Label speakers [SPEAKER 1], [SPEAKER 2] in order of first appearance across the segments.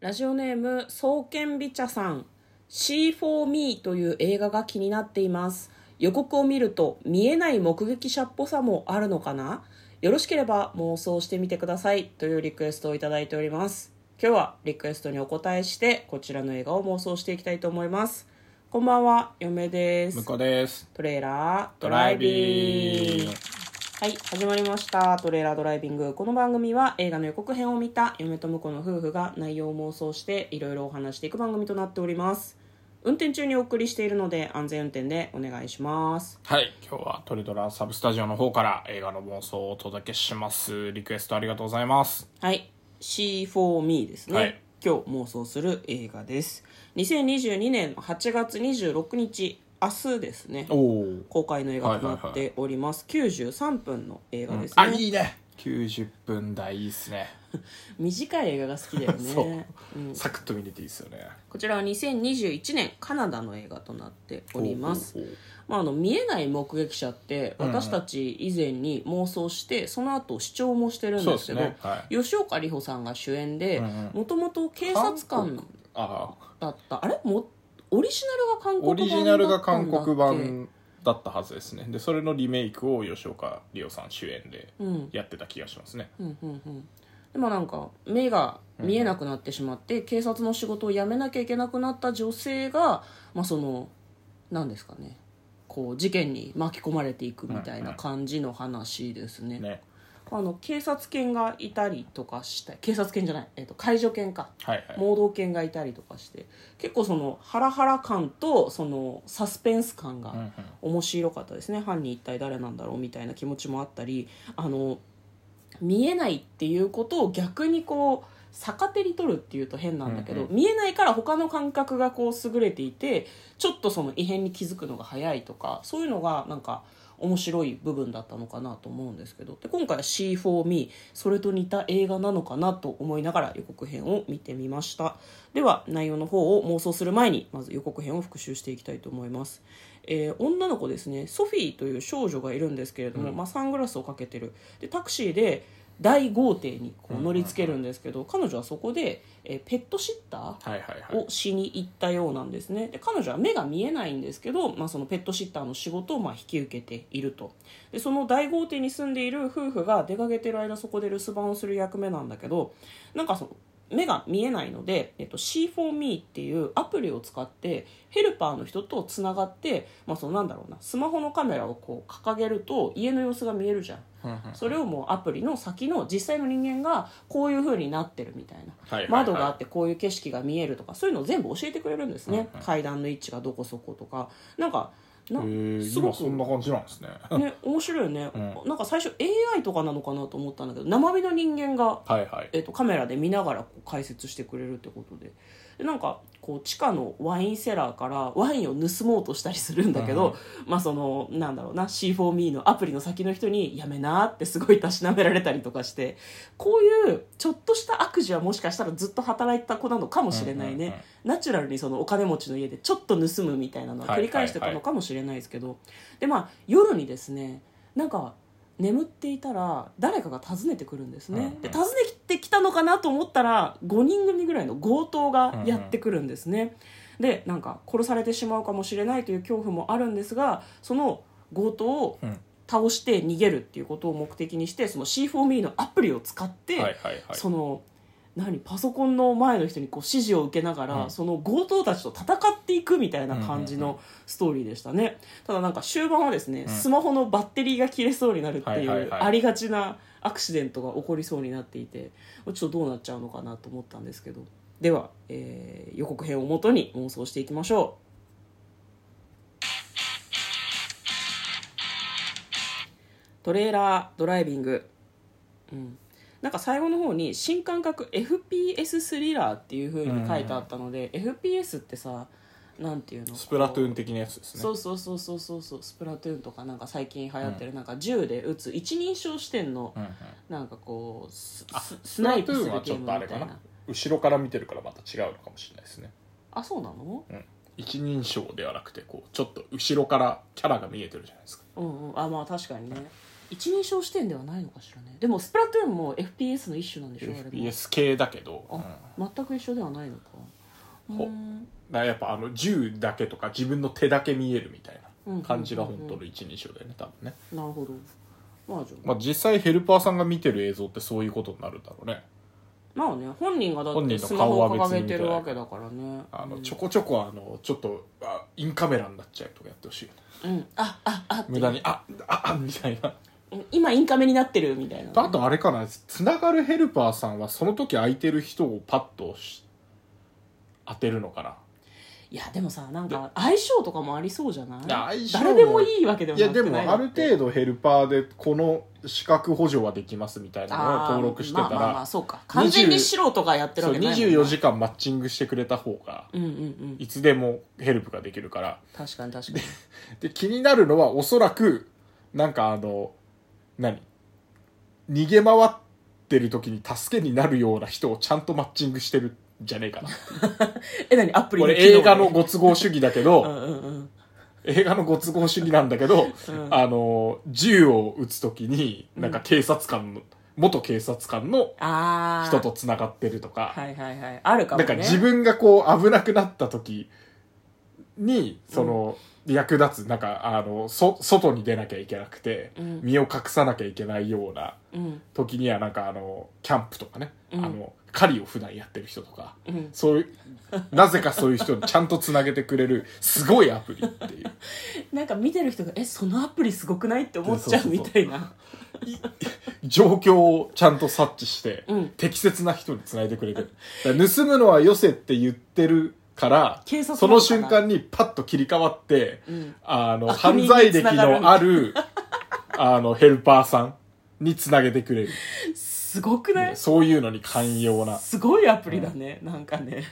[SPEAKER 1] ラジオネーム総研美茶さん C for Me という映画が気になっています予告を見ると見えない目撃者っぽさもあるのかなよろしければ妄想してみてくださいというリクエストをいただいております今日はリクエストにお答えしてこちらの映画を妄想していきたいと思いますこんばんは嫁です
[SPEAKER 2] 向こうです
[SPEAKER 1] トレーラード
[SPEAKER 2] ドライビング
[SPEAKER 1] はい、始まりました。トレーラードライビング。この番組は映画の予告編を見た嫁と婿の夫婦が内容を妄想していろいろお話していく番組となっております。運転中にお送りしているので安全運転でお願いします。
[SPEAKER 2] はい今日はトリドラサブスタジオの方から映画の妄想をお届けしますリクエストありがとうございます
[SPEAKER 1] はい、C for Me ですね。
[SPEAKER 2] はい
[SPEAKER 1] 今日妄想する映画です。2022年8月26日、明日ですね。
[SPEAKER 2] おお
[SPEAKER 1] 公開の映画となっております。93分の映画ですね。
[SPEAKER 2] あいいね90分台いいっすね
[SPEAKER 1] 短い映画が好きだよ
[SPEAKER 2] そう
[SPEAKER 1] ね。うん
[SPEAKER 2] サクッと見れていいっすよね
[SPEAKER 1] こちらは2021年カナダの映画となっております
[SPEAKER 2] おうおうおう
[SPEAKER 1] まあ、あの見えない目撃者って私たち以前に妄想してその後主張もしてるんですけど
[SPEAKER 2] そうですねは
[SPEAKER 1] 吉岡里帆さんが主演で
[SPEAKER 2] ん
[SPEAKER 1] もともと警察官
[SPEAKER 2] ああ
[SPEAKER 1] だったあれもオリジナルが韓国版
[SPEAKER 2] オリジナルが韓国
[SPEAKER 1] だったんだっ
[SPEAKER 2] 版だったはずですねでそれのリメイクを吉岡里帆さん主演でやってた気がしますね、
[SPEAKER 1] けうんうんうんでもなんか目が見えなくなってしまって、警察の仕事を辞めなきゃいけなくなった女性がまあその何ですかねこう事件に巻き込まれていくみたいな感じの話ですね,、
[SPEAKER 2] ね
[SPEAKER 1] あの警察犬がいたりとかして警察犬じゃない、えっと介助犬か
[SPEAKER 2] はいはい
[SPEAKER 1] 盲導犬がいたりとかして結構そのハラハラ感とそのサスペンス感が
[SPEAKER 2] うんうん
[SPEAKER 1] 面白かったですね犯人一体誰なんだろうみたいな気持ちもあったりあの見えないっていうことを逆にこう逆手に取るっていうと変なんだけど、
[SPEAKER 2] うん
[SPEAKER 1] 見えないから他の感覚がこう優れていてちょっとその異変に気づくのが早いとかそういうのがなんか面白い部分だったのかなと思うんですけどで今回は C4Me それと似た映画なのかなと思いながら予告編を見てみましたでは内容の方を妄想する前にまず予告編を復習していきたいと思います、えー女の子ですねソフィーという少女がいるんですけれども、まあ、サングラスをかけてるでタクシーで大豪邸にこう乗りつけるんですけど、彼女はそこで、えーペットシッター、
[SPEAKER 2] はいはいはい
[SPEAKER 1] をしに行ったようなんですねで彼女は目が見えないんですけど、まあ、そのペットシッターの仕事をまあ引き受けているとでその大豪邸に住んでいる夫婦が出かけてる間そこで留守番をする役目なんだけどなんかその目が見えないので、えっと、C4Me っていうアプリを使ってヘルパーの人とつながって、まあ、そのなんだろうなスマホのカメラをこう掲げると家の様子が見えるじゃん
[SPEAKER 2] うんうん
[SPEAKER 1] それをもうアプリの先の実際の人間がこういう風になってるみたいな、
[SPEAKER 2] はいはいはい
[SPEAKER 1] 窓があってこういう景色が見えるとかそういうのを全部教えてくれるんですね、
[SPEAKER 2] うんうん
[SPEAKER 1] 階段の位置がどこそことかなんかな
[SPEAKER 2] へえ
[SPEAKER 1] すご
[SPEAKER 2] 今
[SPEAKER 1] く
[SPEAKER 2] そんな感じなんですね
[SPEAKER 1] ね、面白いよね、
[SPEAKER 2] う
[SPEAKER 1] なんか最初 AI とかなのかなと思ったんだけど生身の人間が、
[SPEAKER 2] はいはい
[SPEAKER 1] えっとカメラで見ながらこう解説してくれるってことででなんかこう地下のワインセラーからワインを盗もうとしたりするんだけど、まあそのなんだろうな C4Me のアプリの先の人に「やめな」ってすごいたしなめられたりとかしてこういうちょっとした悪事はもしかしたらずっと働いてた子なのかもしれないね、
[SPEAKER 2] うんうんうん
[SPEAKER 1] ナチュラルにそのお金持ちの家でちょっと盗むみたいなのは繰り返してたのかもしれないですけど、でまあ夜にですねなんか眠っていたら誰かが訪ねてくるんですね、
[SPEAKER 2] うんうん
[SPEAKER 1] で訪ねてきたのかなと思ったら5人組ぐらいの強盗がやってくるんですね、でなんか殺されてしまうかもしれないという恐怖もあるんですがその強盗を
[SPEAKER 2] うん
[SPEAKER 1] 倒して逃げるっていうことを目的にしてその C4Me のアプリを使って、
[SPEAKER 2] はいはいはい
[SPEAKER 1] その何パソコンの前の人にこう指示を受けながら、
[SPEAKER 2] うん
[SPEAKER 1] その強盗たちと戦っていくみたいな感じのストーリーでしたね、ただなんか終盤はですね、
[SPEAKER 2] ん
[SPEAKER 1] スマホのバッテリーが切れそうになるって
[SPEAKER 2] はいいはいは
[SPEAKER 1] う
[SPEAKER 2] い
[SPEAKER 1] ありがちなアクシデントが起こりそうになっていてちょっとどうなっちゃうのかなと思ったんですけどでは、えー予告編をもとに妄想していきましょうトレーラードライビングなんか最後の方に新感覚 FPS スリラーっていう風に書いてあったので、FPS ってさなんていうの
[SPEAKER 2] スプラトゥーン的なやつですね
[SPEAKER 1] そうそうそうそうそうそうスプラトゥーンとかなんか最近流行ってる、なんか銃で撃つ一人称視点の
[SPEAKER 2] うんうん
[SPEAKER 1] なんかこうス
[SPEAKER 2] あ
[SPEAKER 1] ススナイプする
[SPEAKER 2] スプラ
[SPEAKER 1] ゲ
[SPEAKER 2] トゥ
[SPEAKER 1] ー
[SPEAKER 2] ー
[SPEAKER 1] ム
[SPEAKER 2] ン
[SPEAKER 1] み
[SPEAKER 2] は
[SPEAKER 1] た
[SPEAKER 2] ちょっとあ
[SPEAKER 1] いな
[SPEAKER 2] れかな後ろから見てるからまた違うのかもしれないですね
[SPEAKER 1] あそうなの
[SPEAKER 2] うん一人称ではなくてこうちょっと後ろからキャラが見えてるじゃないですか
[SPEAKER 1] うんうんあまあ確かにね一人称視点ではないのかしらねでもスプラトゥーンも FPS の一種なんでしょあれも
[SPEAKER 2] FPS 系だけど、うん、だか
[SPEAKER 1] あ全く一緒ではないのかう
[SPEAKER 2] ほ
[SPEAKER 1] ーん
[SPEAKER 2] らやっぱあの銃だけとか自分の手だけ見えるみたいな感じが本当の一人称だよね多分ね、
[SPEAKER 1] なるほどまあじゃあ
[SPEAKER 2] まあ、実際ヘルパーさんが見てる映像ってそういうことになるんだろうね
[SPEAKER 1] まあね本人がだっ
[SPEAKER 2] 本
[SPEAKER 1] て
[SPEAKER 2] 人の
[SPEAKER 1] スマホ
[SPEAKER 2] 顔は
[SPEAKER 1] を
[SPEAKER 2] 別
[SPEAKER 1] 掲
[SPEAKER 2] に
[SPEAKER 1] げて
[SPEAKER 2] 見てない
[SPEAKER 1] るわけだからね
[SPEAKER 2] あの
[SPEAKER 1] うん
[SPEAKER 2] ちょこちょこあのちょっとあインカメラになっちゃうとかやってほしいよね
[SPEAKER 1] うんあああって
[SPEAKER 2] 無駄にあああみたいな
[SPEAKER 1] うん今インカメになってるみたいな
[SPEAKER 2] あとあれかなつながるヘルパーさんはその時空いてる人をパッとし当てるのかない
[SPEAKER 1] やでもさなんか相性とかもありそうじゃない
[SPEAKER 2] いや相性も
[SPEAKER 1] 誰でもいいわけではいな
[SPEAKER 2] や
[SPEAKER 1] くて
[SPEAKER 2] でもある程度ヘルパーでこの資格補助はできますみたいなのを登録してた
[SPEAKER 1] あーまあまあまあ
[SPEAKER 2] ら
[SPEAKER 1] そうか完全に素人がやってる
[SPEAKER 2] そ
[SPEAKER 1] わ
[SPEAKER 2] う
[SPEAKER 1] けないもんな
[SPEAKER 2] 24時間マッチングしてくれた方が
[SPEAKER 1] うんうんうん
[SPEAKER 2] いつでもヘルプができるから
[SPEAKER 1] 確かに確かに
[SPEAKER 2] で気になるのはおそらくなんかあの何逃げ回ってる時に助けになるような人をちゃんとマッチングしてるんじゃね えかな
[SPEAKER 1] え何アプリ
[SPEAKER 2] こ
[SPEAKER 1] の
[SPEAKER 2] れ
[SPEAKER 1] 機能
[SPEAKER 2] 映画のご都合主義だけ ど、
[SPEAKER 1] うんうんうん
[SPEAKER 2] 映画のご都合主義なんだけど、
[SPEAKER 1] うん
[SPEAKER 2] あの銃を撃つ時になんか警察官の、元警察官の
[SPEAKER 1] ああ
[SPEAKER 2] 人と繋がってるとか、
[SPEAKER 1] はいはいはいあるかも
[SPEAKER 2] な
[SPEAKER 1] ね
[SPEAKER 2] んか自分がこう危なくなった時にその、役立つなんかあのそ外に出なきゃいけなくて、
[SPEAKER 1] うん
[SPEAKER 2] 身を隠さなきゃいけないような
[SPEAKER 1] うん
[SPEAKER 2] 時にはなんかあのキャンプとかね、
[SPEAKER 1] うん
[SPEAKER 2] あの狩りを普段やってる人とか、
[SPEAKER 1] うん
[SPEAKER 2] そう いうなぜかそういう人にちゃんとつなげてくれるすごいアプリっていう。
[SPEAKER 1] なんか見てる人がえそのアプリすごくないって思っちゃう
[SPEAKER 2] そうそうそう
[SPEAKER 1] みたいない
[SPEAKER 2] 状況をちゃんと察知して、
[SPEAKER 1] うん
[SPEAKER 2] 適切な人につないでくれてるだから盗むのはよせって言ってるから
[SPEAKER 1] 警察
[SPEAKER 2] そ
[SPEAKER 1] な
[SPEAKER 2] の
[SPEAKER 1] のかな
[SPEAKER 2] 瞬間にパッと切り替わって、
[SPEAKER 1] うん
[SPEAKER 2] あの
[SPEAKER 1] あ
[SPEAKER 2] 犯罪歴のあるあのヘルパーさんにつなげてくれる、
[SPEAKER 1] すごくない
[SPEAKER 2] そういうのに寛容な
[SPEAKER 1] すごいアプリだね、なんかね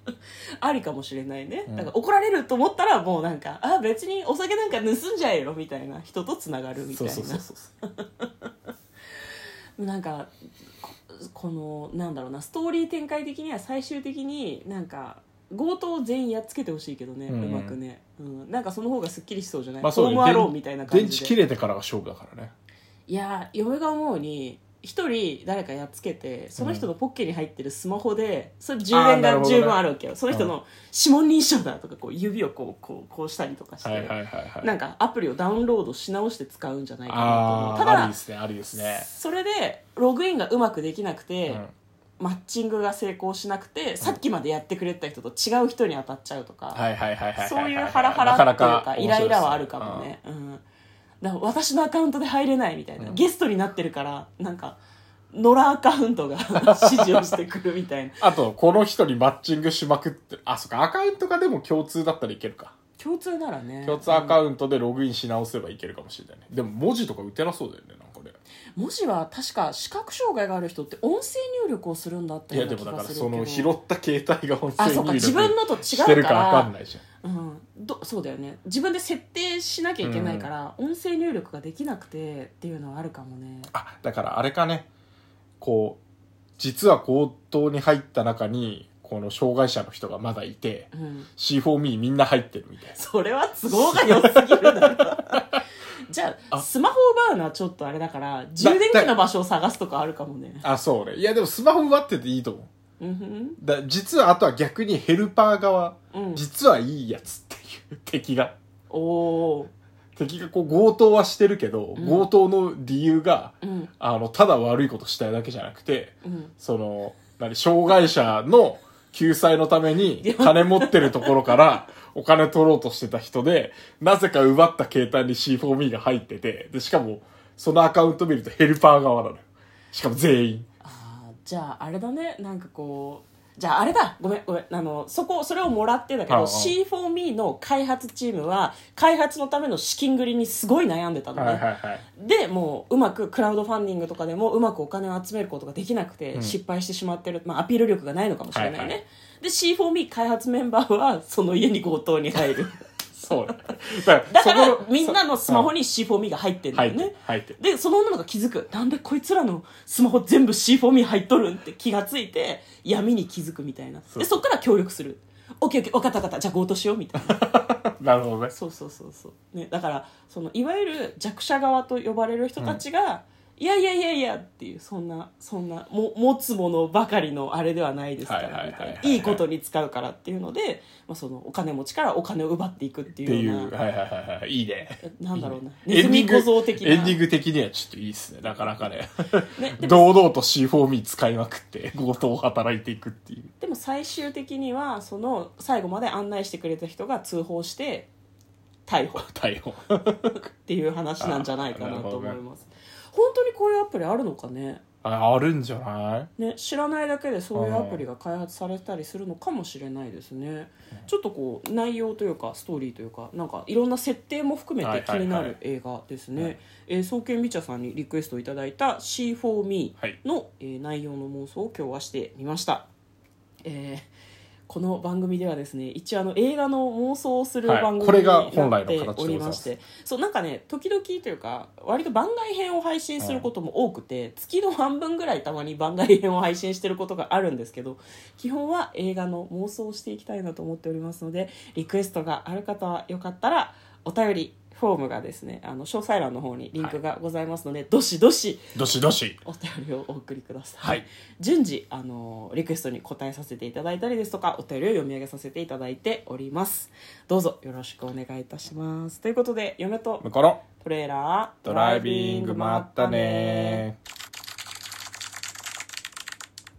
[SPEAKER 1] ありかもしれないね、
[SPEAKER 2] うん
[SPEAKER 1] なんか怒られると思ったらもうなんかあ別にお酒なんか盗んじゃえよみたいな人とつながるみた
[SPEAKER 2] そ
[SPEAKER 1] いうな
[SPEAKER 2] そうそうそう
[SPEAKER 1] なんかここのなんだろうなストーリー展開的には最終的になんか強盗を全員やっつけてほしいけどね、う
[SPEAKER 2] うん
[SPEAKER 1] まくね、うん、なんかその方がすっきりしそうじゃない、
[SPEAKER 2] まあ
[SPEAKER 1] ホ
[SPEAKER 2] そう
[SPEAKER 1] ー
[SPEAKER 2] ね
[SPEAKER 1] ムアローンみたいな
[SPEAKER 2] 電
[SPEAKER 1] 感
[SPEAKER 2] 池
[SPEAKER 1] じ
[SPEAKER 2] 切
[SPEAKER 1] で
[SPEAKER 2] れてからが勝負だからね
[SPEAKER 1] いやー嫁が思うに一人誰かやっつけてその人のポッケに入ってるスマホで、それ充
[SPEAKER 2] あー
[SPEAKER 1] 電
[SPEAKER 2] なるほ
[SPEAKER 1] が
[SPEAKER 2] どね
[SPEAKER 1] 十分あるわけよ、その人の指紋認証だとかこう指をこうこうこうしたりとかして、
[SPEAKER 2] はいはいはいはい
[SPEAKER 1] なんかアプリをダウンロードし直して使うんじゃないかな
[SPEAKER 2] あ
[SPEAKER 1] と思う
[SPEAKER 2] あ
[SPEAKER 1] た
[SPEAKER 2] ーあり
[SPEAKER 1] だ
[SPEAKER 2] ですねありですね、
[SPEAKER 1] それでログインがうまくできなくて、
[SPEAKER 2] うん
[SPEAKER 1] マッチングが成功しなくて、さっきまでやってくれた人と違う人に当たっちゃうとか、
[SPEAKER 2] はいはいはいはいはい
[SPEAKER 1] そういうハラハラ
[SPEAKER 2] な
[SPEAKER 1] ってい
[SPEAKER 2] な
[SPEAKER 1] うかイライラはあ
[SPEAKER 2] 面白い
[SPEAKER 1] る
[SPEAKER 2] です
[SPEAKER 1] かも
[SPEAKER 2] ね
[SPEAKER 1] ねう
[SPEAKER 2] う、
[SPEAKER 1] ん、だから私のアカウントで入れないみたいな、
[SPEAKER 2] うん
[SPEAKER 1] ゲストになってるからなんか野良アカウントが 指示をしてくるみたいなん
[SPEAKER 2] あとこの人にマッチングしまくってあそっかアカウントがでも共通だったらいけるか
[SPEAKER 1] 共通ならね
[SPEAKER 2] 共通アカ
[SPEAKER 1] ン
[SPEAKER 2] ウントでログインし直せばいけるかもしれないねでも文字とか打てなそうだよねなんかね
[SPEAKER 1] ト文字は確か視覚障害がある人って音声入力をするんだった
[SPEAKER 2] い
[SPEAKER 1] よう
[SPEAKER 2] や
[SPEAKER 1] な
[SPEAKER 2] で
[SPEAKER 1] 気
[SPEAKER 2] もだ
[SPEAKER 1] が
[SPEAKER 2] から
[SPEAKER 1] するけど
[SPEAKER 2] その拾った携帯が音声
[SPEAKER 1] あ
[SPEAKER 2] 入
[SPEAKER 1] そうか
[SPEAKER 2] 力
[SPEAKER 1] 自分のと違うから
[SPEAKER 2] してるかわかんないじゃ
[SPEAKER 1] うん、どそうだよね自分で設定しなきゃいけないから、音声入力ができなくてっていうのはあるかもね
[SPEAKER 2] んあだからあれかねこう実は強盗に入った中にこの障害者の人がまだいて
[SPEAKER 1] うん
[SPEAKER 2] C4Me みんな入ってるみたいな
[SPEAKER 1] それは都合が良すぎるだろ じゃあ
[SPEAKER 2] あ
[SPEAKER 1] スマホを奪うのはちょっとあれだから充電器の場所を探すとかあるかもね
[SPEAKER 2] あそうねいやでもスマホ奪ってていいと思う
[SPEAKER 1] うんふん
[SPEAKER 2] だ実はあとは逆にヘルパー側、
[SPEAKER 1] うん
[SPEAKER 2] 実はいいやつっていう敵が
[SPEAKER 1] おお
[SPEAKER 2] 敵がこう強盗はしてるけど、
[SPEAKER 1] うん
[SPEAKER 2] 強盗の理由が
[SPEAKER 1] ーうん
[SPEAKER 2] あのただ悪いことしたいだけじゃなくて
[SPEAKER 1] うん
[SPEAKER 2] その何障害者の救済のために金持ってるところからお金取ろうとしてた人でなぜか奪った携帯に C4Me が入っててでしかもそのアカウント見るとヘルパー側なのよしかも全員
[SPEAKER 1] あーじゃああれだねなんかこうじゃああれだごめんごめんあのそこそれをもらってだけ
[SPEAKER 2] あ
[SPEAKER 1] ど
[SPEAKER 2] あ
[SPEAKER 1] C4Me の開発チームは開発のための資金繰りにすごい悩んでたの
[SPEAKER 2] は
[SPEAKER 1] ね、
[SPEAKER 2] いはいはい
[SPEAKER 1] でもううまくクラウドファンディングとかでもうまくお金を集めることができなくて
[SPEAKER 2] うん
[SPEAKER 1] 失敗してしまってる、まあ、アピール力がないのかもしれないね、
[SPEAKER 2] はいはい
[SPEAKER 1] で C4B 開発メンバーはその家に強盗に入る
[SPEAKER 2] そうねだ
[SPEAKER 1] だか
[SPEAKER 2] そ
[SPEAKER 1] ら
[SPEAKER 2] この
[SPEAKER 1] みんなのスマホに C4B が入ってるんだ
[SPEAKER 2] 入っ
[SPEAKER 1] よ
[SPEAKER 2] てる
[SPEAKER 1] ね
[SPEAKER 2] 入ってる
[SPEAKER 1] でその女の子が気づくなんでこいつらのスマホ全部 C4B 入っとるんって気がついて闇に気づくみたいな
[SPEAKER 2] そう
[SPEAKER 1] でそっから協力する OKOK 分かった分かったじゃあ強盗しようみたいな
[SPEAKER 2] なるほどね。
[SPEAKER 1] そうそうそうそう、ね、だからそのいわゆる弱者側と呼ばれる人たちが、いやいやいやいやっていうそんなそんなも持つものばかりのあれではないですか
[SPEAKER 2] はいはい
[SPEAKER 1] ら
[SPEAKER 2] はい
[SPEAKER 1] み
[SPEAKER 2] はい
[SPEAKER 1] たいないいことに使うからっていうので、まあ、そのお金持ちからお金を奪っていくって
[SPEAKER 2] って
[SPEAKER 1] い
[SPEAKER 2] いう
[SPEAKER 1] よ
[SPEAKER 2] う、
[SPEAKER 1] うな
[SPEAKER 2] はいはいはいはい。いいね。
[SPEAKER 1] なんだろうなネ
[SPEAKER 2] エ
[SPEAKER 1] ズ
[SPEAKER 2] ンディン
[SPEAKER 1] ミ
[SPEAKER 2] グ
[SPEAKER 1] 小僧的な
[SPEAKER 2] エンディング的にはちょっといいですね。なかなかね。
[SPEAKER 1] ね、でも
[SPEAKER 2] 堂々と C4Me 使いまくって、強盗を働いていくっていう。
[SPEAKER 1] でも最終的にはその最後まで案内してくれた人が通報して逮捕
[SPEAKER 2] 逮捕。
[SPEAKER 1] っていう話なんじゃないかなと思
[SPEAKER 2] あなる
[SPEAKER 1] い
[SPEAKER 2] ほ
[SPEAKER 1] ます、本当にこういうアプリあるのかね
[SPEAKER 2] ああるんじゃない
[SPEAKER 1] ね、知らないだけでそういうアプリが開発されたりするのかもしれないですねちょっとこう内容というかストーリーというかなんかいろんな設定も含め
[SPEAKER 2] はい
[SPEAKER 1] て
[SPEAKER 2] は
[SPEAKER 1] 気
[SPEAKER 2] いはい
[SPEAKER 1] になる映画ですね、えー創建美茶さんにリクエストいただいた「C4Me
[SPEAKER 2] はい」
[SPEAKER 1] の、えー内容の妄想を今日はしてみました、えーこの番組ではですね一応あの映画の妄想をする
[SPEAKER 2] はい
[SPEAKER 1] 番組
[SPEAKER 2] これ
[SPEAKER 1] に
[SPEAKER 2] が
[SPEAKER 1] な
[SPEAKER 2] 本来
[SPEAKER 1] っ
[SPEAKER 2] の形
[SPEAKER 1] て
[SPEAKER 2] でございます
[SPEAKER 1] おりまして、そうなんかね時々というか割と番外編を配信することも多くて、月の半分ぐらいたまに番外編を配信してることがあるんですけど基本は映画の妄想をしていきたいなと思っておりますのでリクエストがある方はよかったらお便りフォームがですねあの詳細欄の方にリンクがございますので、どしどし
[SPEAKER 2] どしどし。
[SPEAKER 1] お便りをお送りください、
[SPEAKER 2] はい
[SPEAKER 1] 順次あのリクエストに答えさせていただいたりですとかお便りを読み上げさせていただいておりますどうぞよろしくお願いいたしますということで嫁と
[SPEAKER 2] 向こうの
[SPEAKER 1] トレーラー
[SPEAKER 2] ドライビング、まったね